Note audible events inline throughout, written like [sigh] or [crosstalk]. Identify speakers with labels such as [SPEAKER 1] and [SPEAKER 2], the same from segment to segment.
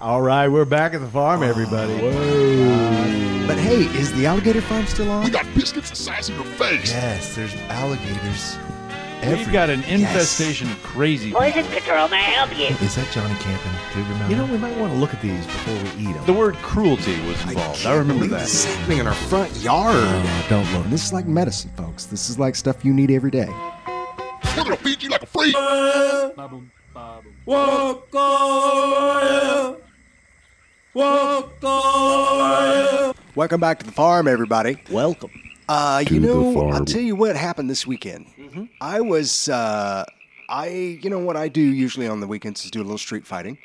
[SPEAKER 1] All right, we're back at the farm, everybody.
[SPEAKER 2] Oh, But hey, is the alligator farm still on?
[SPEAKER 3] We got biscuits the size of your face.
[SPEAKER 2] Yes, there's alligators.
[SPEAKER 4] We've
[SPEAKER 2] every-
[SPEAKER 4] got an
[SPEAKER 2] Yes.
[SPEAKER 4] infestation of crazy.
[SPEAKER 5] Poison Patrol, may I help you?
[SPEAKER 2] Is that Johnny Camping? Do you remember?
[SPEAKER 1] You know, we might want to look at these before we eat them.
[SPEAKER 4] The word cruelty was involved. I, remember
[SPEAKER 2] Leave
[SPEAKER 4] that.
[SPEAKER 2] this happening in our front yard.
[SPEAKER 1] don't look.
[SPEAKER 2] This is like medicine, folks. This is like stuff you need every day.
[SPEAKER 3] We're gonna feed you like a freak.
[SPEAKER 2] Welcome back to the farm, everybody.
[SPEAKER 1] Welcome.
[SPEAKER 2] Uh, you
[SPEAKER 3] the
[SPEAKER 2] know, I'll
[SPEAKER 3] farm.
[SPEAKER 2] tell you what happened this weekend. I was, uh, I, you know, what I do usually on the weekends is do a little street fighting,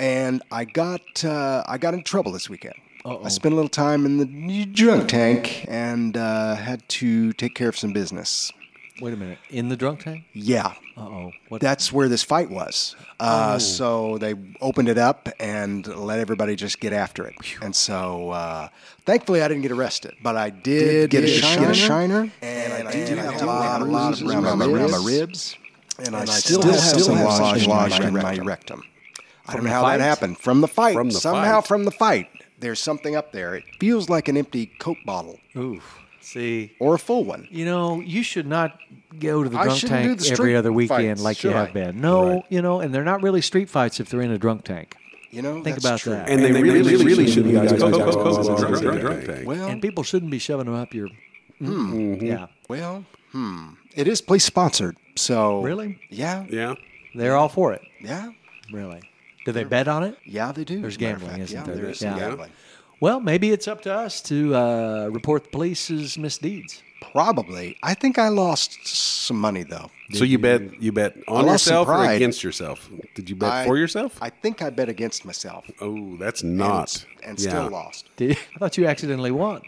[SPEAKER 2] and I got, uh, I got in trouble this weekend. I spent a little time in the drunk tank and uh, had to take care of some business.
[SPEAKER 6] Wait a minute. In the drunk tank?
[SPEAKER 2] Yeah,
[SPEAKER 6] Uh oh. What?
[SPEAKER 2] that's where this fight was. Uh, So they opened it up and let everybody just get after it. And so, uh, thankfully, I didn't get arrested, but I did, get, a, shiner, and, I do have, a lot, a lot around, my, around my ribs, and, I, still, have some lodged in my, my rectum. I don't know how that happened from the fight.
[SPEAKER 6] From the
[SPEAKER 2] Somehow,
[SPEAKER 6] fight.
[SPEAKER 2] from the fight, there's something up there. It feels like an empty Coke bottle
[SPEAKER 6] Oof. See,
[SPEAKER 2] or a full one.
[SPEAKER 6] you know, you should not go to the
[SPEAKER 3] I
[SPEAKER 6] drunk
[SPEAKER 3] shouldn't do
[SPEAKER 6] tank
[SPEAKER 3] the street
[SPEAKER 6] every other weekend
[SPEAKER 3] fights,
[SPEAKER 6] like
[SPEAKER 3] should
[SPEAKER 6] you have
[SPEAKER 3] I?
[SPEAKER 6] been. No, you know, and they're not really street fights if they're in a drunk tank.
[SPEAKER 2] You know,
[SPEAKER 6] Think
[SPEAKER 2] that's
[SPEAKER 6] about
[SPEAKER 2] true.
[SPEAKER 6] that.
[SPEAKER 7] And, they, really, really, should be guys.
[SPEAKER 2] Well,
[SPEAKER 6] And people shouldn't be shoving them up your. Mm-hmm. Yeah.
[SPEAKER 2] Hmm. Mm-hmm. Well, hmm. It is police sponsored. So
[SPEAKER 6] Really?
[SPEAKER 2] Yeah.
[SPEAKER 7] Yeah.
[SPEAKER 6] They're all for it.
[SPEAKER 2] Yeah.
[SPEAKER 6] Really. Do they bet on it?
[SPEAKER 2] Yeah, they do.
[SPEAKER 6] There's
[SPEAKER 2] as a matter of
[SPEAKER 6] gambling,
[SPEAKER 2] fact.
[SPEAKER 6] isn't
[SPEAKER 2] yeah,
[SPEAKER 6] there?
[SPEAKER 2] There is
[SPEAKER 6] Yeah.
[SPEAKER 2] some gambling.
[SPEAKER 6] Well, maybe it's up to us to uh, report the police's misdeeds.
[SPEAKER 2] Probably. I think I lost some money though.
[SPEAKER 7] So you bet you bet on
[SPEAKER 2] lost some
[SPEAKER 7] yourself or
[SPEAKER 2] pride.
[SPEAKER 7] against yourself? Did you bet
[SPEAKER 2] I-
[SPEAKER 7] for yourself?
[SPEAKER 2] I think I bet against myself.
[SPEAKER 7] oh, that's
[SPEAKER 2] and-
[SPEAKER 7] not.
[SPEAKER 2] And, still
[SPEAKER 7] Yeah.
[SPEAKER 2] lost.
[SPEAKER 6] [laughs] Did, I thought you accidentally won.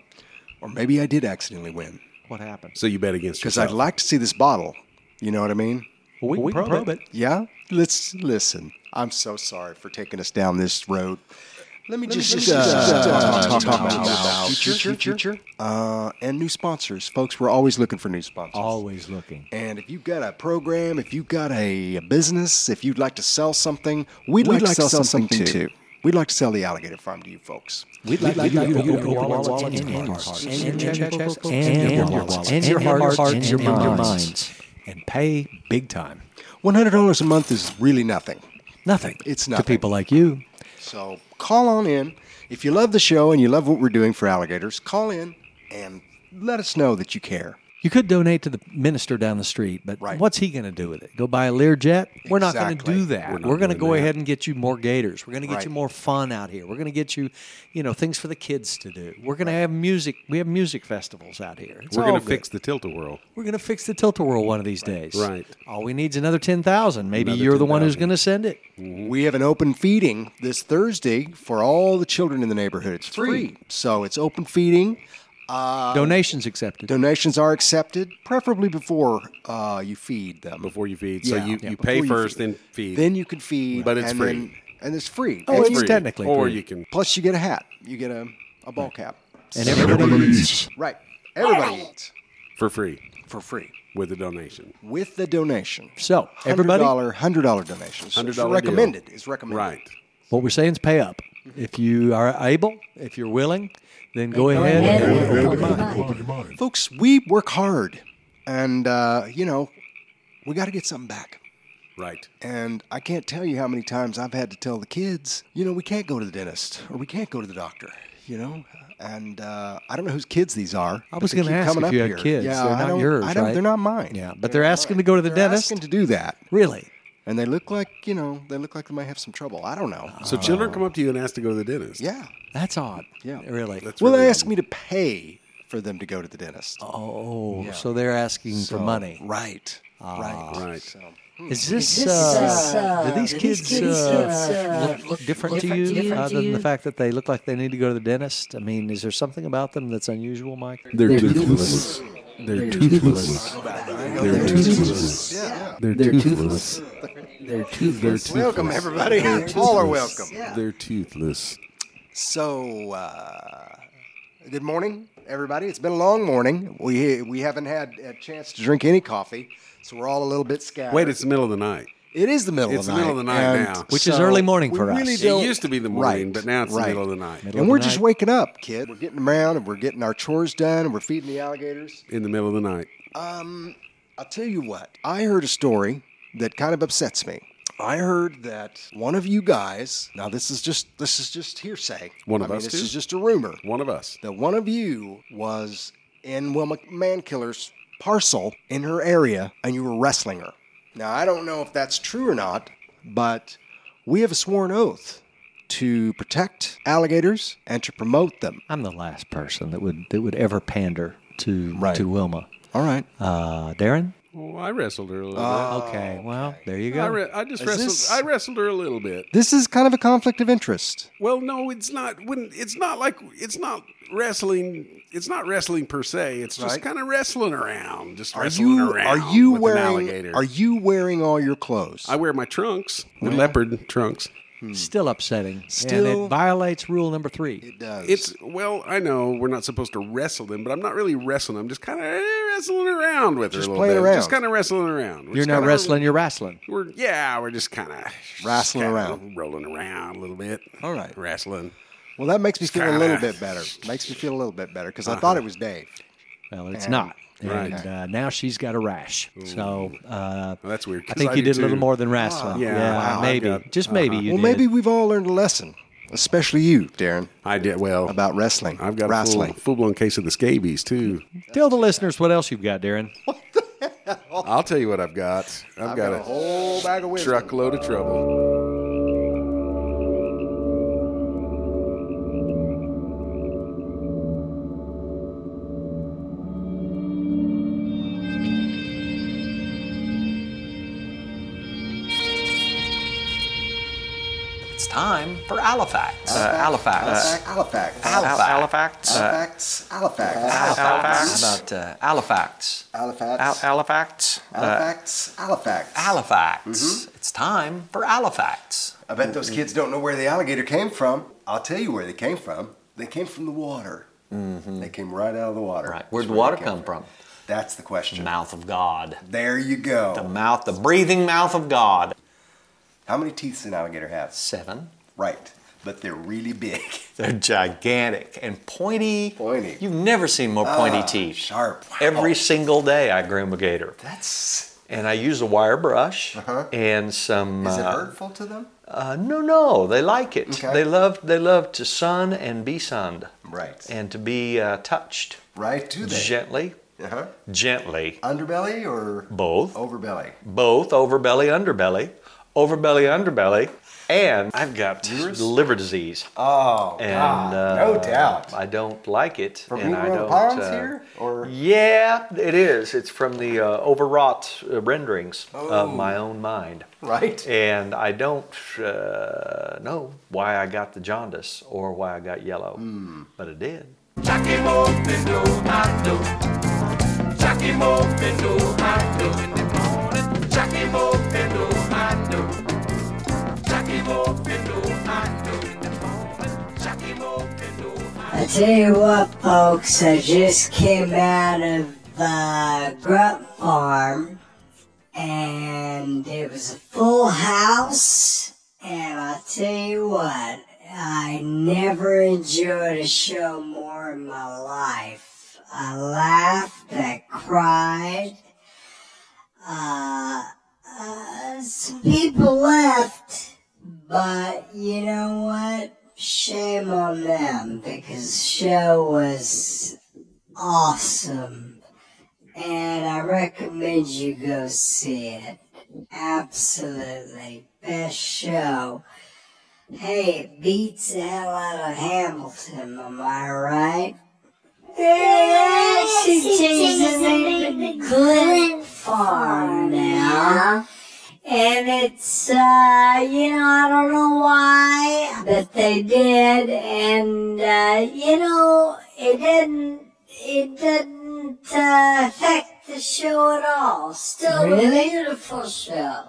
[SPEAKER 2] Or maybe I did accidentally win
[SPEAKER 6] What happened?
[SPEAKER 7] So you bet against
[SPEAKER 2] because
[SPEAKER 7] yourself.
[SPEAKER 2] I'd like to see this bottle. You know what I mean?
[SPEAKER 6] Well, we, can probe, it.
[SPEAKER 2] Yeah. Let's listen. I'm so sorry for taking us down this road. Let me just, uh, uh, talk, about, future, future, uh, and new sponsors, folks. We're always looking for new sponsors.
[SPEAKER 6] Always looking.
[SPEAKER 2] And if you've got a program, if you've got a, a business, if you'd like to sell something, we'd, like, to sell, something, too. We'd like to sell the alligator farm to you folks.
[SPEAKER 6] We'd like, you to open your wallets and your hearts and your wallets and your hearts and your minds and pay big time.
[SPEAKER 2] $100 a month is really nothing.
[SPEAKER 6] Nothing.
[SPEAKER 2] It's
[SPEAKER 6] to
[SPEAKER 2] nothing.
[SPEAKER 6] people like you.
[SPEAKER 2] So call on in. If you love the show and you love what we're doing for alligators, call in and let us know that you care.
[SPEAKER 6] You could donate to the minister down the street, but
[SPEAKER 2] Right.
[SPEAKER 6] what's he going to do with it? Go buy a Learjet? We're not going to
[SPEAKER 2] Exactly.
[SPEAKER 6] do that. We're,
[SPEAKER 7] not
[SPEAKER 6] going to
[SPEAKER 7] doing
[SPEAKER 6] go
[SPEAKER 7] that.
[SPEAKER 6] ahead and get you more gators. We're going to get
[SPEAKER 2] Right.
[SPEAKER 6] you more fun out here. We're going to get you, you know, things for the kids to do. We're going to have music. We have music festivals out here. It's
[SPEAKER 7] We're
[SPEAKER 6] going to
[SPEAKER 7] fix the tilt a whirl.
[SPEAKER 6] We're going to fix the tilt a whirl one of these days.
[SPEAKER 7] Right.
[SPEAKER 6] All we need is another 10,000. Maybe
[SPEAKER 7] Another
[SPEAKER 6] you're the one who's
[SPEAKER 7] 10,000.
[SPEAKER 6] going to send it.
[SPEAKER 2] Mm-hmm. We have an open feeding this Thursday for all the children in the neighborhood. It's free. So it's open feeding. Uh,
[SPEAKER 6] Donations accepted.
[SPEAKER 2] Donations are accepted, preferably before uh, you feed them.
[SPEAKER 7] Before you feed.
[SPEAKER 2] Yeah.
[SPEAKER 7] So you,
[SPEAKER 2] Yeah,
[SPEAKER 7] you
[SPEAKER 2] before
[SPEAKER 7] pay
[SPEAKER 2] you
[SPEAKER 7] first,
[SPEAKER 2] feed.
[SPEAKER 7] then feed.
[SPEAKER 2] Then you can feed.
[SPEAKER 7] But it's
[SPEAKER 2] and
[SPEAKER 7] free.
[SPEAKER 2] then- and it's free.
[SPEAKER 6] Oh,
[SPEAKER 2] And
[SPEAKER 6] it's
[SPEAKER 2] you-
[SPEAKER 7] Free.
[SPEAKER 6] technically
[SPEAKER 7] Or
[SPEAKER 6] free.
[SPEAKER 7] you can.
[SPEAKER 2] Plus, you get a hat. You get a, a ball cap.
[SPEAKER 6] and everybody
[SPEAKER 3] Please.
[SPEAKER 2] Right. Everybody eats
[SPEAKER 7] For free.
[SPEAKER 2] for free
[SPEAKER 7] With a donation.
[SPEAKER 2] with the donation.
[SPEAKER 6] So, everybody,
[SPEAKER 2] $100, $100 donations. So it's
[SPEAKER 7] $100 deal.
[SPEAKER 2] recommended. Is recommended.
[SPEAKER 7] Right.
[SPEAKER 6] what we're saying is pay up. If you are able, if you're willing, then go ahead. and open your mind.
[SPEAKER 2] Folks, we work hard. And, uh, you know, we got to get something back.
[SPEAKER 7] Right.
[SPEAKER 2] And I can't tell you how many times I've had to tell the kids, you know, we can't go to the dentist or we can't go to the doctor, you know? And uh, I don't know whose kids these are.
[SPEAKER 6] I was
[SPEAKER 2] but they
[SPEAKER 6] going to
[SPEAKER 2] keep
[SPEAKER 6] ask
[SPEAKER 2] coming
[SPEAKER 6] if
[SPEAKER 2] up
[SPEAKER 6] you had
[SPEAKER 2] here.
[SPEAKER 6] kids.
[SPEAKER 2] Yeah,
[SPEAKER 6] they're
[SPEAKER 2] I
[SPEAKER 6] not
[SPEAKER 2] don't-
[SPEAKER 6] yours,
[SPEAKER 2] I don't,
[SPEAKER 6] right?
[SPEAKER 2] They're not mine.
[SPEAKER 6] Yeah, but they're asking to go to the
[SPEAKER 2] They're
[SPEAKER 6] dentist.
[SPEAKER 2] asking to do that.
[SPEAKER 6] Really?
[SPEAKER 2] And they look like, you know, they look like they might have some trouble. I don't know.
[SPEAKER 7] So children come up to you and ask to go to the dentist.
[SPEAKER 2] yeah.
[SPEAKER 6] Oh. That's odd.
[SPEAKER 2] Yeah.
[SPEAKER 6] Really.
[SPEAKER 7] That's
[SPEAKER 2] Well,
[SPEAKER 7] really
[SPEAKER 2] they ask
[SPEAKER 7] odd.
[SPEAKER 2] me to pay for them to go to the dentist.
[SPEAKER 6] oh, so they're asking for money. Ah.
[SPEAKER 2] Right. right.
[SPEAKER 7] Right.
[SPEAKER 2] So, hmm.
[SPEAKER 6] Is this? Uh, do these kids, uh, look, look different, to you, other than the fact that they look like they need to go to the dentist? I mean, is there something about them that's unusual, Mike?
[SPEAKER 7] They're toothless. They're toothless. They're toothless. They're toothless.
[SPEAKER 2] welcome, everybody. [laughs] All are welcome.
[SPEAKER 7] They're toothless.
[SPEAKER 2] So, uh, good morning, everybody. It's been a long morning. We we haven't had a chance to drink any coffee, so we're all a little bit scattered.
[SPEAKER 7] Wait, it's the middle of the night.
[SPEAKER 2] It is the middle
[SPEAKER 7] It's
[SPEAKER 2] of
[SPEAKER 7] the
[SPEAKER 2] the night.
[SPEAKER 7] middle of the night
[SPEAKER 2] and
[SPEAKER 7] now.
[SPEAKER 8] which is
[SPEAKER 2] so
[SPEAKER 8] early morning
[SPEAKER 2] we
[SPEAKER 8] for us.
[SPEAKER 2] really
[SPEAKER 7] It
[SPEAKER 2] don't-
[SPEAKER 7] used to be the morning,
[SPEAKER 2] Right,
[SPEAKER 7] but now it's the
[SPEAKER 2] right.
[SPEAKER 7] middle of the night.
[SPEAKER 8] Middle
[SPEAKER 2] And
[SPEAKER 8] of
[SPEAKER 2] we're
[SPEAKER 8] the
[SPEAKER 2] just
[SPEAKER 8] night.
[SPEAKER 2] waking up, kid. We're getting around and we're getting our chores done and we're feeding the alligators. Um,
[SPEAKER 7] In the middle of the night.
[SPEAKER 2] I'll tell you what, I heard a story that kind of upsets me. I heard that one of you guys, now this is just this is just hearsay.
[SPEAKER 7] One
[SPEAKER 2] I
[SPEAKER 7] of
[SPEAKER 2] mean,
[SPEAKER 7] us
[SPEAKER 2] This
[SPEAKER 7] did?
[SPEAKER 2] is just a rumor.
[SPEAKER 7] One of us.
[SPEAKER 2] That one of you was in Wilma Mankiller's parcel in her area and you were wrestling her. Now I don't know if that's true or not, but we have a sworn oath to protect alligators and to promote them.
[SPEAKER 8] I'm the last person that would that would ever pander to
[SPEAKER 2] Right.
[SPEAKER 8] to Wilma.
[SPEAKER 2] All right.
[SPEAKER 8] Uh, Darren.
[SPEAKER 7] Well, I wrestled her a little
[SPEAKER 2] Oh,
[SPEAKER 8] Okay. Well, there you
[SPEAKER 7] bit. I,
[SPEAKER 8] go.
[SPEAKER 7] re- I just
[SPEAKER 2] Is
[SPEAKER 7] wrestled.
[SPEAKER 2] this-
[SPEAKER 7] I wrestled her a little bit.
[SPEAKER 2] This is kind of a conflict of interest.
[SPEAKER 7] Well, no, it's not. When it's not like it's not wrestling. It's not wrestling per se. It's just
[SPEAKER 2] Right.
[SPEAKER 7] kind of wrestling around. Just
[SPEAKER 2] Are
[SPEAKER 7] wrestling
[SPEAKER 2] you
[SPEAKER 7] around.
[SPEAKER 2] are you
[SPEAKER 7] with an
[SPEAKER 2] wearing
[SPEAKER 7] alligator.
[SPEAKER 2] are you wearing all your clothes?
[SPEAKER 7] I wear my trunks, the leopard trunks.
[SPEAKER 8] Hmm. Still upsetting. and
[SPEAKER 2] Still-
[SPEAKER 8] it violates rule number three.
[SPEAKER 2] it does.
[SPEAKER 7] It's well, I know we're not supposed to wrestle them, but I'm not really wrestling. I'm just kind of wrestling around with her
[SPEAKER 2] Just
[SPEAKER 7] a little
[SPEAKER 2] playing
[SPEAKER 7] bit.
[SPEAKER 2] around.
[SPEAKER 7] Just kind of wrestling around.
[SPEAKER 8] You're
[SPEAKER 7] We're just
[SPEAKER 8] not
[SPEAKER 7] kinda-
[SPEAKER 8] wrestling. You're wrestling.
[SPEAKER 7] We're yeah, we're just kind of
[SPEAKER 2] Wrestling around.
[SPEAKER 7] rolling around a little bit.
[SPEAKER 2] All right.
[SPEAKER 7] wrestling.
[SPEAKER 2] well, that makes me feel a
[SPEAKER 7] kinda-
[SPEAKER 2] little bit better. Makes me feel a little bit better because
[SPEAKER 7] Uh-huh.
[SPEAKER 2] I thought it was Dave.
[SPEAKER 8] Well, it's
[SPEAKER 2] And-
[SPEAKER 8] not. And
[SPEAKER 7] Right.
[SPEAKER 8] uh, now she's got a rash. So uh,
[SPEAKER 7] Well, that's weird.
[SPEAKER 8] I
[SPEAKER 7] 'cause
[SPEAKER 8] think you
[SPEAKER 7] do
[SPEAKER 8] did a little
[SPEAKER 7] too. Ah.
[SPEAKER 8] more than wrestling.
[SPEAKER 7] Yeah, wow, I
[SPEAKER 8] maybe.
[SPEAKER 7] got- Uh-huh.
[SPEAKER 8] Just maybe you did.
[SPEAKER 2] Well, maybe we've all learned a lesson, especially you, Darren,
[SPEAKER 7] I did well
[SPEAKER 2] about wrestling.
[SPEAKER 7] I've got
[SPEAKER 2] wrestling.
[SPEAKER 7] a full blown case of the scabies too.
[SPEAKER 8] Tell the listeners what else you've got, Darren.
[SPEAKER 7] I'll tell you what I've got. I've, got, a
[SPEAKER 2] whole bag of wisdom.
[SPEAKER 7] truckload of trouble.
[SPEAKER 6] It's time for Alifax. Uh, Alifax. Alifax.
[SPEAKER 2] Halifax.
[SPEAKER 6] Uh,
[SPEAKER 2] Halifax. Halifax.
[SPEAKER 6] Alifax. How about uh, Alifax? Al-
[SPEAKER 2] Halifax.
[SPEAKER 6] Alifax. Uh,
[SPEAKER 2] Halifax. Halifax.
[SPEAKER 6] Alifax. It's time for Alifax.
[SPEAKER 2] I bet those kids don't know where the alligator came from. I'll tell you where they came from. They came from the water. They came right out of the water.
[SPEAKER 6] Mm-hmm. Right. Where'd
[SPEAKER 2] That's
[SPEAKER 6] the water
[SPEAKER 2] they came
[SPEAKER 6] come from?
[SPEAKER 2] That's the question.
[SPEAKER 6] Mouth of God.
[SPEAKER 2] There you go.
[SPEAKER 6] The mouth, the breathing mouth of God.
[SPEAKER 2] How many teeth does an alligator have?
[SPEAKER 6] Seven.
[SPEAKER 2] Right. But they're really big. [laughs]
[SPEAKER 6] They're gigantic and pointy.
[SPEAKER 2] Pointy. Ah,
[SPEAKER 6] You've never seen more pointy teeth.
[SPEAKER 2] Sharp. Wow.
[SPEAKER 6] Every single day I groom a gator.
[SPEAKER 2] That's.
[SPEAKER 6] And I use a wire brush
[SPEAKER 2] Uh-huh.
[SPEAKER 6] and some.
[SPEAKER 2] Is it
[SPEAKER 6] uh,
[SPEAKER 2] hurtful to them?
[SPEAKER 6] Uh, no, no, they like it.
[SPEAKER 2] Okay.
[SPEAKER 6] They love they love to sun and be sunned,
[SPEAKER 2] Right.
[SPEAKER 6] and to be uh, touched
[SPEAKER 2] Right. Do they?
[SPEAKER 6] gently,
[SPEAKER 2] Uh-huh.
[SPEAKER 6] gently.
[SPEAKER 2] Underbelly or
[SPEAKER 6] Both,
[SPEAKER 2] overbelly?
[SPEAKER 6] both overbelly, underbelly, overbelly, underbelly, and I've got liver disease,
[SPEAKER 2] Oh,
[SPEAKER 6] and
[SPEAKER 2] God, no
[SPEAKER 6] uh,
[SPEAKER 2] doubt.
[SPEAKER 6] I don't like it.
[SPEAKER 2] From
[SPEAKER 6] and
[SPEAKER 2] being
[SPEAKER 6] I
[SPEAKER 2] around the
[SPEAKER 6] don't,
[SPEAKER 2] ponds
[SPEAKER 6] uh,
[SPEAKER 2] here, or-
[SPEAKER 6] yeah, it is. It's from the uh, overwrought uh, renderings of my own mind.
[SPEAKER 2] Oh. right?
[SPEAKER 6] and I don't uh, know why I got the jaundice or why I got yellow,
[SPEAKER 2] Hmm.
[SPEAKER 6] but it did.
[SPEAKER 9] I tell you what, folks, I just came out of the grub farm and it was a full house. And I'll tell you what, I never enjoyed a show more in my life. I laughed, I cried. Uh, uh, some people left. But you know what? Shame on them because the show was awesome. And I recommend you go see it. Absolutely. Best show. Hey, it beats the hell out of Hamilton, am I right? Lexington's a big Clint Farm now. And it's, uh, you know, I don't know why, but they did. And, uh, you know, it didn't, it didn't uh, affect the show at all. Still a beautiful show.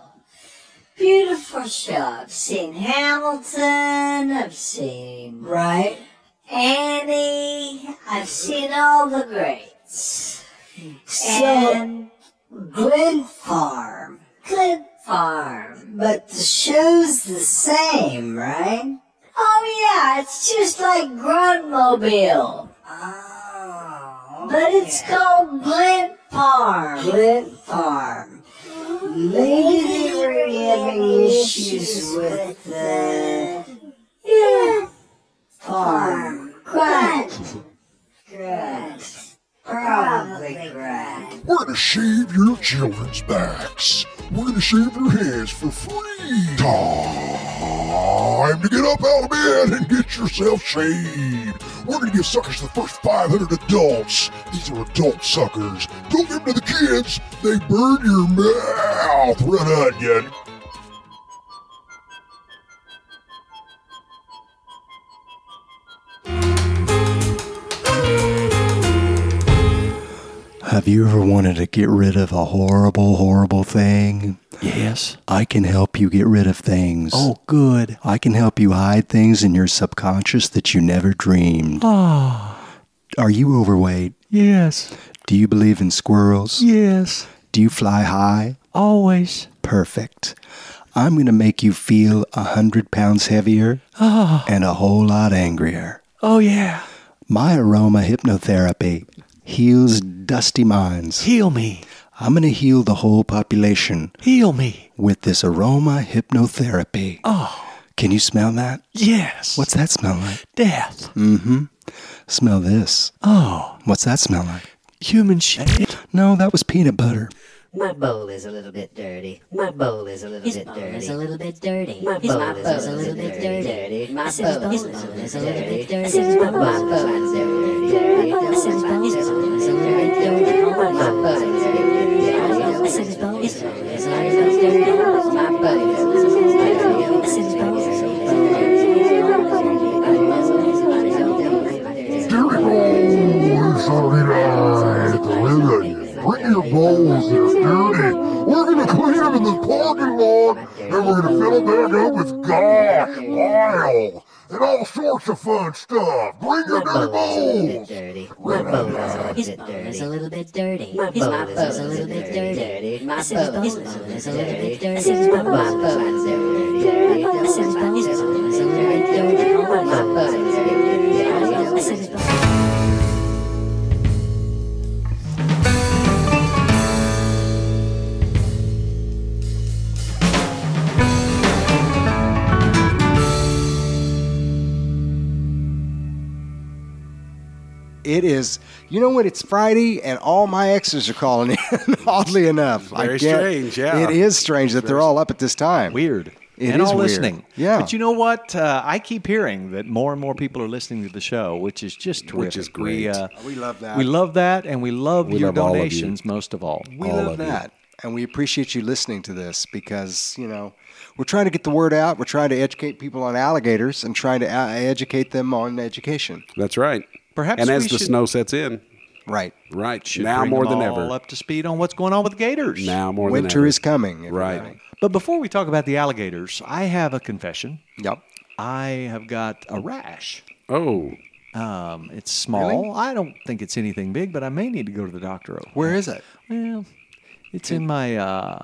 [SPEAKER 9] Beautiful show. I've seen Hamilton. I've seen, right? Annie. I've seen all the greats. So, and Glen Farm. Glen farm. But the show's the same, right? Oh yeah, it's just like Grudmobile. Oh. But it's called Glint Farm. Glint Farm. Maybe they were having issues with the yeah. farm. Grunt. Grunt. Probably grunt.
[SPEAKER 10] We're gonna shave your children's backs. We're gonna shave your heads for free. Time to get up out of bed and get yourself shaved. We're gonna give suckers to the first 500 adults. These are adult suckers. Don't give them to the kids. They burn your mouth, red onion.
[SPEAKER 2] Have you ever wanted to get rid of a horrible, horrible thing?
[SPEAKER 6] Yes.
[SPEAKER 2] I can help you get rid of things.
[SPEAKER 6] Oh, good.
[SPEAKER 2] I can help you hide things in your subconscious that you never dreamed. Are you overweight?
[SPEAKER 6] Ah, Yes.
[SPEAKER 2] Do you believe in squirrels?
[SPEAKER 6] Yes.
[SPEAKER 2] Do you fly high?
[SPEAKER 6] Always.
[SPEAKER 2] Perfect. I'm going to make you feel a hundred pounds heavier and a whole lot angrier.
[SPEAKER 6] Ah. Oh, yeah.
[SPEAKER 2] My aroma hypnotherapy heals dusty minds.
[SPEAKER 6] Heal me.
[SPEAKER 2] I'm going to heal the whole population
[SPEAKER 6] Heal me.
[SPEAKER 2] with this aroma hypnotherapy.
[SPEAKER 6] Oh,
[SPEAKER 2] Can you smell that?
[SPEAKER 6] yes.
[SPEAKER 2] What's that smell like? Mm-hmm.
[SPEAKER 6] death?
[SPEAKER 2] Smell this.
[SPEAKER 6] Oh,
[SPEAKER 2] What's that smell like?
[SPEAKER 6] human shit.
[SPEAKER 2] No, that was peanut butter.
[SPEAKER 11] My bowl is a little bit dirty. My bowl is a little bit dirty.
[SPEAKER 9] It's a little bit dirty.
[SPEAKER 11] My
[SPEAKER 9] His
[SPEAKER 11] bowl
[SPEAKER 9] mouth
[SPEAKER 11] is a little bit dirty.
[SPEAKER 9] dirty.
[SPEAKER 11] My
[SPEAKER 9] I said
[SPEAKER 11] bowl
[SPEAKER 9] his
[SPEAKER 11] is a
[SPEAKER 9] mouth
[SPEAKER 11] little
[SPEAKER 9] is
[SPEAKER 11] bit
[SPEAKER 9] a little bit
[SPEAKER 11] dirty.
[SPEAKER 9] dirty.
[SPEAKER 11] I said
[SPEAKER 9] My
[SPEAKER 11] my
[SPEAKER 9] bowl
[SPEAKER 11] bowl
[SPEAKER 9] is
[SPEAKER 11] is
[SPEAKER 9] a
[SPEAKER 11] a
[SPEAKER 9] little
[SPEAKER 11] little
[SPEAKER 9] bit
[SPEAKER 11] bit
[SPEAKER 9] dirty.
[SPEAKER 11] dirty.
[SPEAKER 9] I said his bowl is a little bit dirty.
[SPEAKER 11] My bowl is a little bit dirty.
[SPEAKER 9] I said his bowl is a little bit dirty.
[SPEAKER 11] My bowl is a little bit
[SPEAKER 9] I said his
[SPEAKER 11] dirty.
[SPEAKER 9] bowl is a little bit dirty.
[SPEAKER 11] My bowl is a little bit dirty.
[SPEAKER 10] Dairy rolls are at the red onion. Bring your bowls, they're dirty. We're gonna clean them in the parking lot, and we're gonna fill them back up with gosh, lyle, and all sorts of fun stuff. Bring your dirty bowls.
[SPEAKER 11] My bowl is a little bit
[SPEAKER 9] It's
[SPEAKER 11] dirty.
[SPEAKER 9] a little bit dirty.
[SPEAKER 11] My
[SPEAKER 9] His
[SPEAKER 11] bowl
[SPEAKER 9] mouth
[SPEAKER 11] is
[SPEAKER 9] is a little bit dirty.
[SPEAKER 11] My
[SPEAKER 9] said his
[SPEAKER 11] bowl
[SPEAKER 9] bowl is
[SPEAKER 11] is a
[SPEAKER 9] a
[SPEAKER 11] little
[SPEAKER 9] little
[SPEAKER 11] bit
[SPEAKER 9] bit
[SPEAKER 11] dirty.
[SPEAKER 9] dirty.
[SPEAKER 11] I said my bowl is a little bit dirty.
[SPEAKER 9] I said his bowl is a little bit dirty.
[SPEAKER 11] My bowl is a little bit dirty.
[SPEAKER 9] I said his bowl.
[SPEAKER 2] It is. You know what? It's Friday, and all my exes are calling in. [laughs] oddly enough, I
[SPEAKER 7] Very
[SPEAKER 2] get-
[SPEAKER 7] strange, yeah.
[SPEAKER 2] it is strange that they're all up at this time.
[SPEAKER 6] Weird.
[SPEAKER 2] It
[SPEAKER 6] and
[SPEAKER 2] is
[SPEAKER 6] all
[SPEAKER 2] weird.
[SPEAKER 6] listening.
[SPEAKER 2] Yeah.
[SPEAKER 6] But you know what? Uh, I keep hearing that more and more people are listening to the show, which is just terrific.
[SPEAKER 7] Which is
[SPEAKER 6] We,
[SPEAKER 7] great.
[SPEAKER 6] uh,
[SPEAKER 2] We love that.
[SPEAKER 6] We love that, and we love your
[SPEAKER 12] love all of you.
[SPEAKER 6] donations most of all.
[SPEAKER 2] we love that, and we appreciate you listening to this because you know we're trying to get the word out. We're trying to educate people on alligators and trying to uh, educate them on education.
[SPEAKER 7] That's right.
[SPEAKER 6] Perhaps
[SPEAKER 7] And
[SPEAKER 6] we
[SPEAKER 7] as the
[SPEAKER 6] should-
[SPEAKER 7] snow sets in,
[SPEAKER 2] Right.
[SPEAKER 7] right
[SPEAKER 6] Should
[SPEAKER 7] now
[SPEAKER 6] bring
[SPEAKER 7] more
[SPEAKER 6] them
[SPEAKER 7] than
[SPEAKER 6] all
[SPEAKER 7] ever.
[SPEAKER 6] up to speed on what's going on with the Gators.
[SPEAKER 7] Now more than
[SPEAKER 2] Winter
[SPEAKER 7] ever.
[SPEAKER 2] is coming.
[SPEAKER 7] right.
[SPEAKER 6] But before we talk about the alligators, I have a confession.
[SPEAKER 2] everybody.
[SPEAKER 6] I have got a rash.
[SPEAKER 7] Oh,
[SPEAKER 6] Um, it's small. I don't think it's anything big, but I may need to go to the doctor.
[SPEAKER 2] Yep. Where is it?
[SPEAKER 6] Well, it's in my uh,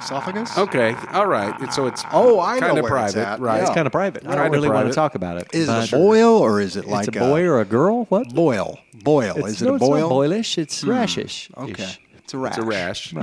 [SPEAKER 2] Esophagus.
[SPEAKER 7] okay, all right. It's, so it's
[SPEAKER 2] Oh, I know
[SPEAKER 7] kind of
[SPEAKER 2] where it's
[SPEAKER 7] private,
[SPEAKER 2] at,
[SPEAKER 7] right?
[SPEAKER 2] yeah.
[SPEAKER 6] kind of private. I don't
[SPEAKER 7] Kinda
[SPEAKER 6] really want to
[SPEAKER 7] private.
[SPEAKER 6] talk about it.
[SPEAKER 2] Is
[SPEAKER 6] but
[SPEAKER 2] it a boil or is it like uh,
[SPEAKER 6] it's a boy or a girl? What?
[SPEAKER 2] boil? Boil.
[SPEAKER 6] It's,
[SPEAKER 2] is it
[SPEAKER 6] no,
[SPEAKER 2] a
[SPEAKER 6] it's not
[SPEAKER 2] boil? Hmm.
[SPEAKER 6] boilish. It's rashish.
[SPEAKER 2] Okay. It's a rash. Hmm.
[SPEAKER 7] It's a rash.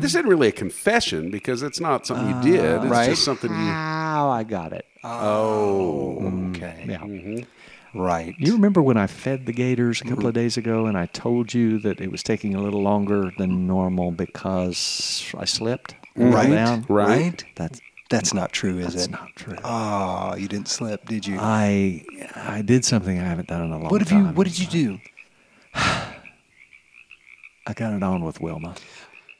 [SPEAKER 7] This isn't really a confession because it's not something you did. It's
[SPEAKER 2] Ah, Right. Hmm. Oh,
[SPEAKER 7] just something you. Oh,
[SPEAKER 6] How I got it.
[SPEAKER 2] Okay.
[SPEAKER 6] Yeah.
[SPEAKER 2] hmm.
[SPEAKER 7] Mm-hmm.
[SPEAKER 2] Right.
[SPEAKER 6] You remember when I fed the gators a couple of days ago and I told you that it was taking a little longer than normal because I slipped? and fell
[SPEAKER 2] Right.
[SPEAKER 6] Down?
[SPEAKER 2] Right.
[SPEAKER 6] That's
[SPEAKER 2] That's not true, is
[SPEAKER 6] that's
[SPEAKER 2] it?
[SPEAKER 6] not true.
[SPEAKER 2] Oh, you didn't slip, did you?
[SPEAKER 6] I I did something I haven't done in a long
[SPEAKER 2] uh, what have you
[SPEAKER 6] time.
[SPEAKER 2] what did you do?
[SPEAKER 6] I got it on with Wilma.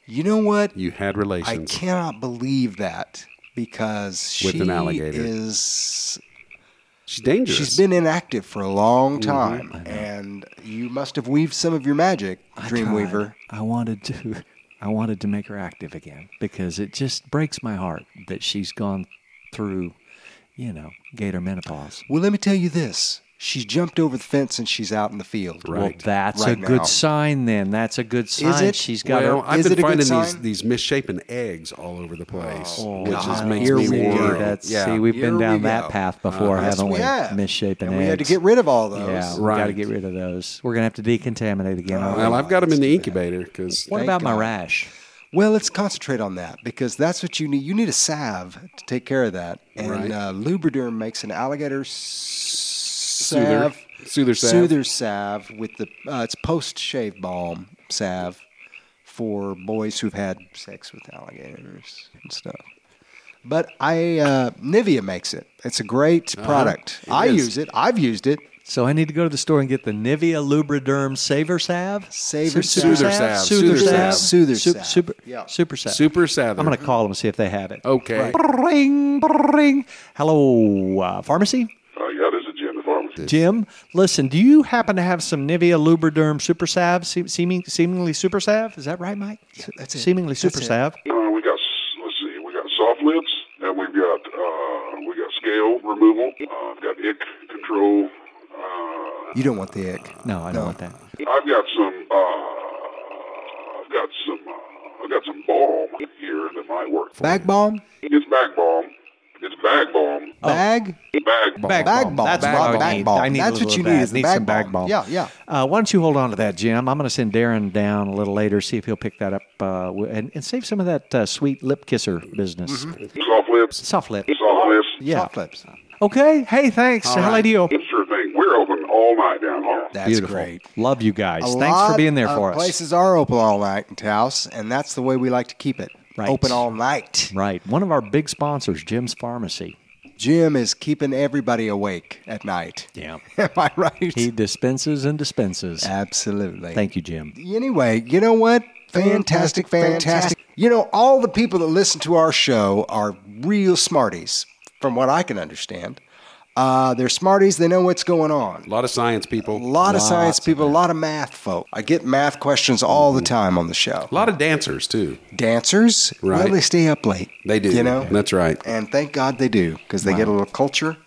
[SPEAKER 2] You know what?
[SPEAKER 7] You had
[SPEAKER 2] I
[SPEAKER 7] relations.
[SPEAKER 2] cannot believe that because
[SPEAKER 7] With
[SPEAKER 2] she
[SPEAKER 7] an alligator.
[SPEAKER 2] is
[SPEAKER 7] She's dangerous. Mm-hmm.
[SPEAKER 2] she's been inactive for a long time and you must have weaved some of your magic,
[SPEAKER 6] I
[SPEAKER 2] Dreamweaver.
[SPEAKER 6] tried. I wanted to I wanted to make her active again because it just breaks my heart that she's gone through, you know, gator menopause.
[SPEAKER 2] Well, let me tell you this. She's jumped over the fence and she's out in the field.
[SPEAKER 6] Well, that's
[SPEAKER 2] Right
[SPEAKER 6] a
[SPEAKER 2] now.
[SPEAKER 6] good sign then. That's a good sign.
[SPEAKER 2] it?
[SPEAKER 6] She's got
[SPEAKER 7] Well,
[SPEAKER 6] her.
[SPEAKER 7] I've
[SPEAKER 2] is it a
[SPEAKER 7] been
[SPEAKER 2] good
[SPEAKER 7] finding these
[SPEAKER 2] sign? Oh,
[SPEAKER 7] these misshapen eggs all over the place, which is
[SPEAKER 2] God.
[SPEAKER 7] makes
[SPEAKER 2] Here
[SPEAKER 7] me
[SPEAKER 2] we go.
[SPEAKER 7] worried.
[SPEAKER 6] That's,
[SPEAKER 7] yeah.
[SPEAKER 6] See, we've
[SPEAKER 2] Here
[SPEAKER 6] been
[SPEAKER 2] we
[SPEAKER 6] down that
[SPEAKER 2] go.
[SPEAKER 6] path before,
[SPEAKER 2] Yes,
[SPEAKER 6] haven't
[SPEAKER 2] we
[SPEAKER 6] we?
[SPEAKER 2] have.
[SPEAKER 6] Misshapen
[SPEAKER 2] And we had to
[SPEAKER 6] eggs.
[SPEAKER 2] get rid of all those. Uh,
[SPEAKER 6] Yeah, we
[SPEAKER 7] Right.
[SPEAKER 6] got to get rid of those. We're gonna have to decontaminate again. aren't we?
[SPEAKER 7] well, I've got them in the incubator because
[SPEAKER 6] what
[SPEAKER 2] Oh, thank
[SPEAKER 6] about my
[SPEAKER 2] God.
[SPEAKER 6] rash?
[SPEAKER 2] Well, let's concentrate on that because that's what you need. You need a salve to take care of that. And
[SPEAKER 7] Right.
[SPEAKER 2] uh, Lubriderm makes an alligator s- salve,
[SPEAKER 7] Soother salve.
[SPEAKER 2] soother salve with the uh, it's post shave balm salve for boys who've had sex with alligators and stuff. But I uh, Nivea makes it. It's a great product. I
[SPEAKER 7] is.
[SPEAKER 2] use it. I've used it.
[SPEAKER 6] So I need to go to the store and get the Nivea Lubriderm Saver Salve.
[SPEAKER 2] Saver
[SPEAKER 6] Super
[SPEAKER 2] salve.
[SPEAKER 7] salve.
[SPEAKER 6] Soother
[SPEAKER 7] Soother
[SPEAKER 6] Salve.
[SPEAKER 7] salve.
[SPEAKER 2] Soother
[SPEAKER 6] Sup-
[SPEAKER 2] salve.
[SPEAKER 6] Super,
[SPEAKER 2] Yeah.
[SPEAKER 6] super Salve.
[SPEAKER 7] super Sather.
[SPEAKER 6] I'm going to call them and see if they have it.
[SPEAKER 7] Okay.
[SPEAKER 6] Ring, ring. Hello, uh, pharmacy?
[SPEAKER 3] Uh, yeah, there's a gym in the pharmacy.
[SPEAKER 6] Jim, listen, do you happen to have some Nivea Lubriderm Super Salve, se- seeming, seemingly Super Salve? Is that right, Mike?
[SPEAKER 2] that's it.
[SPEAKER 6] Seemingly
[SPEAKER 2] That's
[SPEAKER 6] Super
[SPEAKER 2] it.
[SPEAKER 6] Salve.
[SPEAKER 3] Uh, we got s- let's see, we got soft lips, and we've got uh, we got scale removal, uh, I've got ick control. Uh,
[SPEAKER 2] You don't want the ick.
[SPEAKER 6] No, I don't want that.
[SPEAKER 3] I've got some uh, I've got some uh, I've got some balm here that might work.
[SPEAKER 2] Bag balm.
[SPEAKER 3] It's back balm. It's bag balm.
[SPEAKER 2] Bag.
[SPEAKER 3] Bag balm.
[SPEAKER 2] Bag balm.
[SPEAKER 6] That's
[SPEAKER 2] Bag
[SPEAKER 6] what
[SPEAKER 2] balm.
[SPEAKER 6] I
[SPEAKER 2] Bag
[SPEAKER 6] need.
[SPEAKER 2] balm.
[SPEAKER 6] I need a
[SPEAKER 2] That's what
[SPEAKER 6] little
[SPEAKER 2] you
[SPEAKER 6] bag.
[SPEAKER 2] need is the
[SPEAKER 6] Need
[SPEAKER 2] bag
[SPEAKER 6] some bag balm.
[SPEAKER 2] balm. Yeah, yeah.
[SPEAKER 6] Uh, why don't you hold on to that, Jim? I'm going to send Darren down a little later, see if he'll pick that up uh, w- and, and save some of that uh, sweet lip kisser business.
[SPEAKER 7] Mm-hmm.
[SPEAKER 3] Soft lips.
[SPEAKER 6] Soft lip.
[SPEAKER 3] Soft lips.
[SPEAKER 6] Yeah.
[SPEAKER 2] Mm-hmm. Soft lips.
[SPEAKER 6] Okay. Hey, thanks. How do you?
[SPEAKER 3] Sure thing. We're open all night down here.
[SPEAKER 2] That's great.
[SPEAKER 6] Love you guys.
[SPEAKER 2] A
[SPEAKER 6] Thanks for
[SPEAKER 2] lot
[SPEAKER 6] being there
[SPEAKER 2] of
[SPEAKER 6] for us.
[SPEAKER 2] Places are open all night in Taos, and that's the way we like to keep it.
[SPEAKER 6] Right.
[SPEAKER 2] Open all night.
[SPEAKER 6] Right. One of our big sponsors, Jim's Pharmacy.
[SPEAKER 2] Jim is keeping everybody awake at night.
[SPEAKER 6] Yeah.
[SPEAKER 2] [laughs] Am I right?
[SPEAKER 6] He dispenses and dispenses.
[SPEAKER 2] Absolutely.
[SPEAKER 6] Thank you, Jim.
[SPEAKER 2] Anyway, you know what? Fantastic, fantastic. You know, all the people that listen to our show are real smarties, from what I can understand. Uh, they're smarties. They know what's going on.
[SPEAKER 7] A lot of science people.
[SPEAKER 2] A lot of science people, a lot of math folk. I get math questions all the time on the show.
[SPEAKER 7] Mm-hmm. A lot of dancers too.
[SPEAKER 2] Dancers,
[SPEAKER 7] Right.
[SPEAKER 2] well, they stay up late.
[SPEAKER 7] They do.
[SPEAKER 2] You know?
[SPEAKER 7] That's right.
[SPEAKER 2] And thank God they do, because they get a little culture,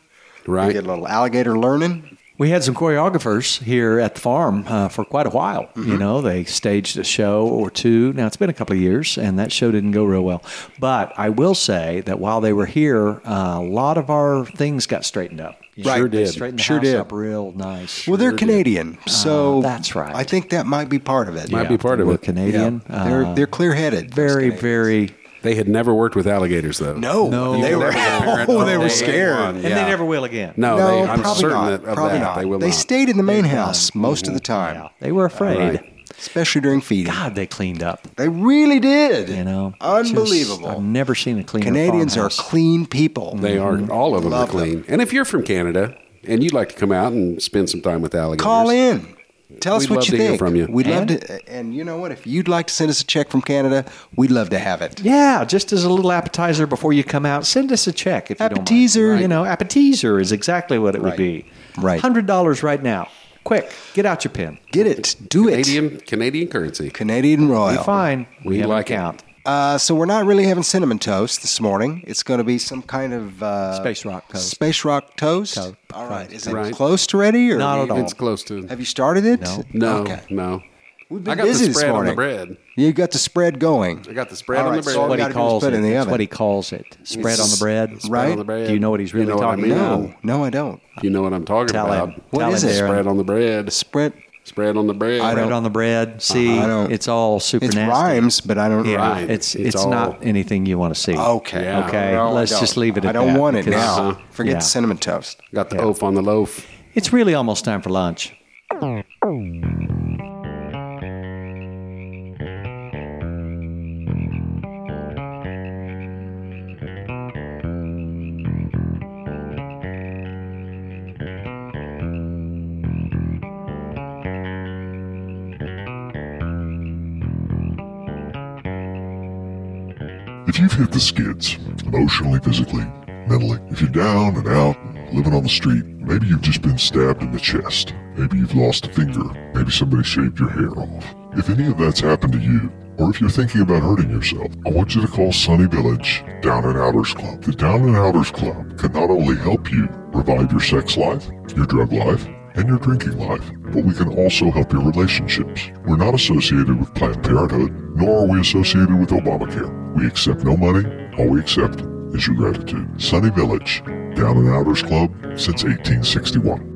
[SPEAKER 2] they
[SPEAKER 7] Right.
[SPEAKER 2] get a little alligator learning.
[SPEAKER 6] We had some choreographers here at the farm uh, for quite a while.
[SPEAKER 2] Mm-hmm.
[SPEAKER 6] You know, they staged a show or two. Now, it's been a couple of years, and that show didn't go real well. But I will say that while they were here, uh, a lot of our things got straightened up. You
[SPEAKER 7] Right.
[SPEAKER 6] know, they
[SPEAKER 7] Sure did.
[SPEAKER 6] Straightened the
[SPEAKER 2] Sure
[SPEAKER 6] house
[SPEAKER 2] did.
[SPEAKER 6] up real nice.
[SPEAKER 2] Well, they're Canadian, so
[SPEAKER 6] Oh, that's right.
[SPEAKER 2] I think that might be part of it.
[SPEAKER 7] Might be part of
[SPEAKER 6] We're
[SPEAKER 7] it.
[SPEAKER 6] Canadian.
[SPEAKER 2] Yeah. they're
[SPEAKER 6] Uh,
[SPEAKER 2] they're clear headed.
[SPEAKER 6] very, very.
[SPEAKER 7] They had never worked with alligators though.
[SPEAKER 2] no,
[SPEAKER 6] [laughs] No.
[SPEAKER 2] they
[SPEAKER 6] That
[SPEAKER 2] were
[SPEAKER 6] was
[SPEAKER 7] [laughs]
[SPEAKER 2] [laughs]
[SPEAKER 7] apparent
[SPEAKER 2] oh,
[SPEAKER 7] from
[SPEAKER 2] they were
[SPEAKER 7] day
[SPEAKER 2] scared.
[SPEAKER 7] one.
[SPEAKER 6] And
[SPEAKER 7] Yeah.
[SPEAKER 6] they never will again.
[SPEAKER 7] No,
[SPEAKER 2] No,
[SPEAKER 7] they, I'm
[SPEAKER 2] probably
[SPEAKER 7] certain
[SPEAKER 2] not.
[SPEAKER 7] that, of
[SPEAKER 2] probably
[SPEAKER 7] that
[SPEAKER 2] not.
[SPEAKER 7] they will not. Mm-hmm.
[SPEAKER 2] stayed in the main house most of the time,
[SPEAKER 6] Yeah, they were afraid.
[SPEAKER 7] Right.
[SPEAKER 2] especially during feeding.
[SPEAKER 6] God, they cleaned up.
[SPEAKER 2] They really did.
[SPEAKER 6] You know,
[SPEAKER 2] unbelievable.
[SPEAKER 6] Just- I've never seen a cleaner.
[SPEAKER 2] Canadians are
[SPEAKER 6] farmhouse.
[SPEAKER 2] clean people. Mm-hmm.
[SPEAKER 7] They are all of them
[SPEAKER 2] Love
[SPEAKER 7] are clean. And if you're from Canada and you'd like to come out and spend some time with alligators,
[SPEAKER 2] Call in. Tell us
[SPEAKER 7] We'd
[SPEAKER 2] what
[SPEAKER 7] love
[SPEAKER 2] you
[SPEAKER 7] to hear
[SPEAKER 2] think.
[SPEAKER 7] from you.
[SPEAKER 2] We'd
[SPEAKER 6] And-
[SPEAKER 2] love to. And you know what? If you'd like to send us a check from Canada, we'd love to have it.
[SPEAKER 6] Yeah, just as a little appetizer before you come out, send us a check if you don't mind.
[SPEAKER 2] Appetizer.
[SPEAKER 6] You know, appetizer is exactly what it would
[SPEAKER 2] Right.
[SPEAKER 6] be.
[SPEAKER 2] Right.
[SPEAKER 6] hundred dollars right now. Quick, get out your pen.
[SPEAKER 2] Get it. Do it.
[SPEAKER 7] Canadian Canadian currency.
[SPEAKER 2] Canadian
[SPEAKER 6] Be
[SPEAKER 2] Royal.
[SPEAKER 6] fine.
[SPEAKER 7] We
[SPEAKER 6] have an
[SPEAKER 7] like it.
[SPEAKER 6] account.
[SPEAKER 2] Uh, so we're not really having cinnamon toast this morning. It's going to be some kind of uh,
[SPEAKER 6] Space rock toast.
[SPEAKER 2] Space rock toast.
[SPEAKER 6] Toast.
[SPEAKER 2] All right. Is it
[SPEAKER 7] Right.
[SPEAKER 2] close to ready? Or
[SPEAKER 6] Not at all.
[SPEAKER 7] It's close to
[SPEAKER 2] Have you started it?
[SPEAKER 6] No.
[SPEAKER 7] no,
[SPEAKER 2] Okay.
[SPEAKER 7] no.
[SPEAKER 2] We've been
[SPEAKER 7] I got
[SPEAKER 2] busy
[SPEAKER 7] the
[SPEAKER 2] this
[SPEAKER 7] spread on
[SPEAKER 2] morning.
[SPEAKER 7] the bread.
[SPEAKER 2] You got the spread going.
[SPEAKER 7] I got the spread
[SPEAKER 2] All
[SPEAKER 7] on
[SPEAKER 2] right,
[SPEAKER 7] the bread.
[SPEAKER 2] so
[SPEAKER 6] What
[SPEAKER 2] we
[SPEAKER 6] he
[SPEAKER 2] gotta do is
[SPEAKER 6] calls
[SPEAKER 2] put
[SPEAKER 6] it.
[SPEAKER 2] it in the
[SPEAKER 6] That's
[SPEAKER 2] oven.
[SPEAKER 6] what he calls it. Spread on the bread.
[SPEAKER 7] Spread on
[SPEAKER 2] right?
[SPEAKER 7] the bread.
[SPEAKER 6] Do you know what he's
[SPEAKER 7] You
[SPEAKER 6] really
[SPEAKER 7] know what I
[SPEAKER 6] talking
[SPEAKER 7] mean?
[SPEAKER 6] about?
[SPEAKER 2] No, no, I don't.
[SPEAKER 7] You know what I'm talking
[SPEAKER 6] Tell
[SPEAKER 7] about.
[SPEAKER 6] him.
[SPEAKER 2] What
[SPEAKER 6] Tell
[SPEAKER 2] is
[SPEAKER 6] him,
[SPEAKER 2] it?
[SPEAKER 6] Darren.
[SPEAKER 7] Spread on the bread.
[SPEAKER 2] Spread.
[SPEAKER 7] Spread on the bread.
[SPEAKER 2] I
[SPEAKER 6] Spread
[SPEAKER 2] don't-
[SPEAKER 6] on the bread. See,
[SPEAKER 2] I don't-
[SPEAKER 6] it's all super
[SPEAKER 2] It
[SPEAKER 6] nasty.
[SPEAKER 2] rhymes, but I don't.
[SPEAKER 6] Yeah,
[SPEAKER 7] Right.
[SPEAKER 6] it's
[SPEAKER 7] It's
[SPEAKER 6] it's,
[SPEAKER 7] all-
[SPEAKER 6] not anything you want to see.
[SPEAKER 2] Okay.
[SPEAKER 7] Yeah.
[SPEAKER 6] Okay,
[SPEAKER 2] No, I
[SPEAKER 6] let's
[SPEAKER 2] don't.
[SPEAKER 6] just leave it at
[SPEAKER 2] I don't
[SPEAKER 6] that
[SPEAKER 2] want it
[SPEAKER 6] because-
[SPEAKER 2] now.
[SPEAKER 7] Uh-huh.
[SPEAKER 2] Forget
[SPEAKER 6] Yeah.
[SPEAKER 2] the cinnamon toast.
[SPEAKER 7] Got the
[SPEAKER 6] Yeah.
[SPEAKER 7] oaf on the loaf.
[SPEAKER 6] It's really almost time for lunch.
[SPEAKER 3] If you've hit the skids, emotionally, physically, mentally, if you're down and out, living on the street, maybe you've just been stabbed in the chest, maybe you've lost a finger, maybe somebody shaved your hair off. If any of that's happened to you, or if you're thinking about hurting yourself, I want you to call Sunny Village Down and Outers Club. The Down and Outers Club can not only help you revive your sex life, your drug life, and your drinking life, but we can also help your relationships. We're not associated with Planned Parenthood, nor are we associated with Obamacare. We accept no money. All we accept is your gratitude. Sunny Village, Down and Outers Club since 1861.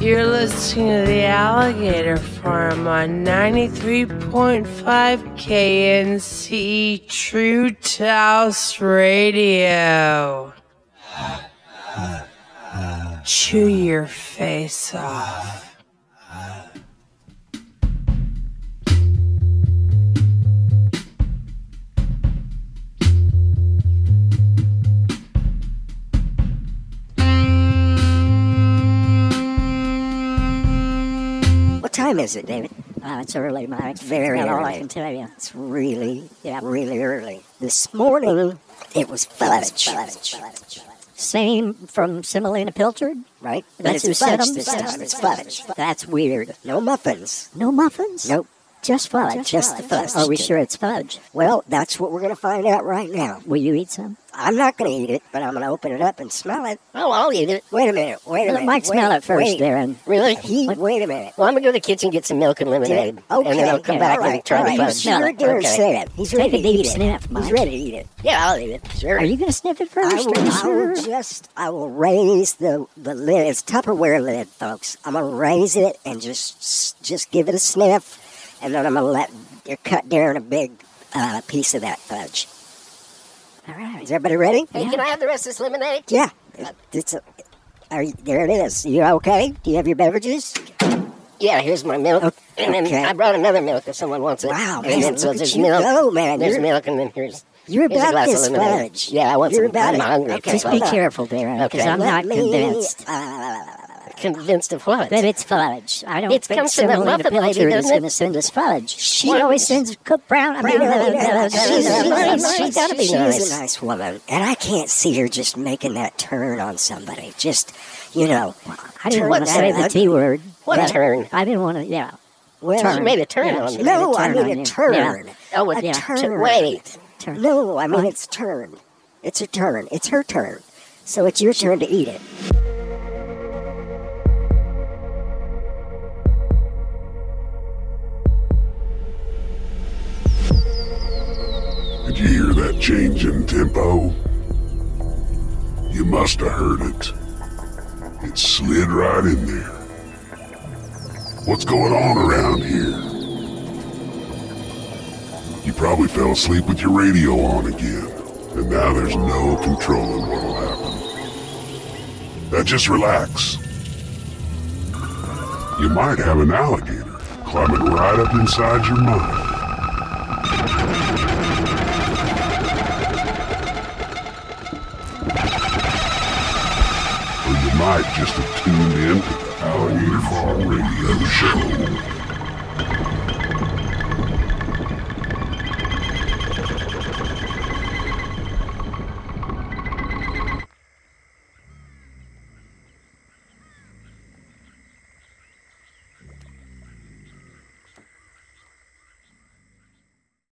[SPEAKER 13] You're listening to the Alligator Farm on 93.5 KNCE True Taos Radio. Chew your face off.
[SPEAKER 14] What time is it, David? Oh, it's early, Mike. It's very
[SPEAKER 15] About all
[SPEAKER 14] early.
[SPEAKER 15] I can
[SPEAKER 14] tell you. It's really, yeah, really early. This morning, it was fudge. Same from Semolina Pilchard, right?
[SPEAKER 15] But it's
[SPEAKER 14] who
[SPEAKER 15] fudge
[SPEAKER 14] sent 'em?
[SPEAKER 15] this time. It's fudge.
[SPEAKER 14] That's weird. No muffins. No muffins? Nope. Just fudge.
[SPEAKER 15] Just fudge.
[SPEAKER 14] Are we sure it's fudge? Well, that's what we're going to find out right now. Will you eat some? I'm not going to eat it, but I'm going to open it up and smell it.
[SPEAKER 15] Oh, I'll eat it.
[SPEAKER 14] Wait a minute. Wait
[SPEAKER 15] Let
[SPEAKER 14] a minute.
[SPEAKER 15] Mike
[SPEAKER 14] wait,
[SPEAKER 15] smell it first,
[SPEAKER 14] wait.
[SPEAKER 15] Darren. Really?
[SPEAKER 14] He, wait a minute.
[SPEAKER 15] Well, I'm gonna go to the kitchen get some milk and lemonade,
[SPEAKER 14] Okay.
[SPEAKER 15] and then I'll come
[SPEAKER 14] yeah,
[SPEAKER 15] back
[SPEAKER 14] all right,
[SPEAKER 15] and try
[SPEAKER 14] all
[SPEAKER 15] the
[SPEAKER 14] right.
[SPEAKER 15] fudge.
[SPEAKER 14] You sure dare say that. He's
[SPEAKER 15] Take
[SPEAKER 14] ready
[SPEAKER 15] a
[SPEAKER 14] to
[SPEAKER 15] deep
[SPEAKER 14] eat
[SPEAKER 15] sniff,
[SPEAKER 14] it.
[SPEAKER 15] Mike.
[SPEAKER 14] He's ready to eat it.
[SPEAKER 15] Yeah, I'll eat it. Sure.
[SPEAKER 14] Are you going to sniff it first?
[SPEAKER 15] I will-
[SPEAKER 14] or-
[SPEAKER 15] I will
[SPEAKER 14] just, I will raise the, the lid. It's Tupperware lid, folks. I'm going to raise it and just just give it a sniff, and then I'm going to let you cut Darren a big uh, piece of that fudge. All right. Is everybody ready?
[SPEAKER 15] Hey, can I have the rest of this lemonade?
[SPEAKER 14] Yeah. It's a, are you, there it is. You okay? Do you have your beverages?
[SPEAKER 15] Yeah, here's my milk, and then
[SPEAKER 14] okay.
[SPEAKER 15] I brought another milk if someone wants it.
[SPEAKER 14] Wow,
[SPEAKER 15] and
[SPEAKER 14] man,
[SPEAKER 15] then, so
[SPEAKER 14] look at
[SPEAKER 15] there's
[SPEAKER 14] you
[SPEAKER 15] milk.
[SPEAKER 14] go, man.
[SPEAKER 15] There's
[SPEAKER 14] You're-
[SPEAKER 15] milk, and then here's.
[SPEAKER 14] You're
[SPEAKER 15] here's
[SPEAKER 14] about
[SPEAKER 15] a glass
[SPEAKER 14] this
[SPEAKER 15] of lemonade.
[SPEAKER 14] fudge.
[SPEAKER 15] Yeah, I want
[SPEAKER 14] You're
[SPEAKER 15] some.
[SPEAKER 14] about
[SPEAKER 15] I'm
[SPEAKER 14] it.
[SPEAKER 15] hungry.
[SPEAKER 14] Okay,
[SPEAKER 15] Just
[SPEAKER 14] well,
[SPEAKER 15] be
[SPEAKER 14] look.
[SPEAKER 15] careful,
[SPEAKER 14] Darren,
[SPEAKER 15] because I'm not
[SPEAKER 14] Let me,
[SPEAKER 15] convinced.
[SPEAKER 14] Uh,
[SPEAKER 15] Convinced of what?
[SPEAKER 14] that it's fudge. I don't
[SPEAKER 15] It
[SPEAKER 14] think
[SPEAKER 15] comes from that
[SPEAKER 14] Semolina
[SPEAKER 15] muffin lady,
[SPEAKER 14] Pilcher is
[SPEAKER 15] doesn't it?
[SPEAKER 14] going to send us fudge. She
[SPEAKER 15] Well,
[SPEAKER 14] always sends cooked brown. I mean,
[SPEAKER 15] brown,
[SPEAKER 14] uh,
[SPEAKER 15] I mean,
[SPEAKER 14] uh,
[SPEAKER 15] uh,
[SPEAKER 14] she's,
[SPEAKER 15] she's nice.
[SPEAKER 14] nice.
[SPEAKER 15] She's gotta be
[SPEAKER 14] she's
[SPEAKER 15] nice.
[SPEAKER 14] a nice woman, and I can't see her just making that turn on somebody. Just, you know,
[SPEAKER 15] I didn't
[SPEAKER 14] turn
[SPEAKER 15] wanna
[SPEAKER 14] that
[SPEAKER 15] say the
[SPEAKER 14] out.
[SPEAKER 15] T word. What
[SPEAKER 14] Yeah.
[SPEAKER 15] turn?
[SPEAKER 14] I didn't want to. Yeah.
[SPEAKER 15] Well, she made a turn
[SPEAKER 14] Yeah,
[SPEAKER 15] on
[SPEAKER 14] she
[SPEAKER 15] me.
[SPEAKER 14] made a No, I
[SPEAKER 15] I
[SPEAKER 14] turn mean on a you. turn. Yeah.
[SPEAKER 15] Oh, a
[SPEAKER 14] A
[SPEAKER 15] turn.
[SPEAKER 14] turn.
[SPEAKER 15] Wait.
[SPEAKER 14] No, I mean it's turn. It's a turn. It's her turn. So it's your turn to eat it.
[SPEAKER 3] Did you hear that change in tempo? You must have heard it. It slid right in there. What's going on around here? You probably fell asleep with your radio on again, and now there's no controlling what'll happen. Now just relax. You might have an alligator climbing right up inside your mind. or you might just have tuned in to the Alligator Farm Radio Show.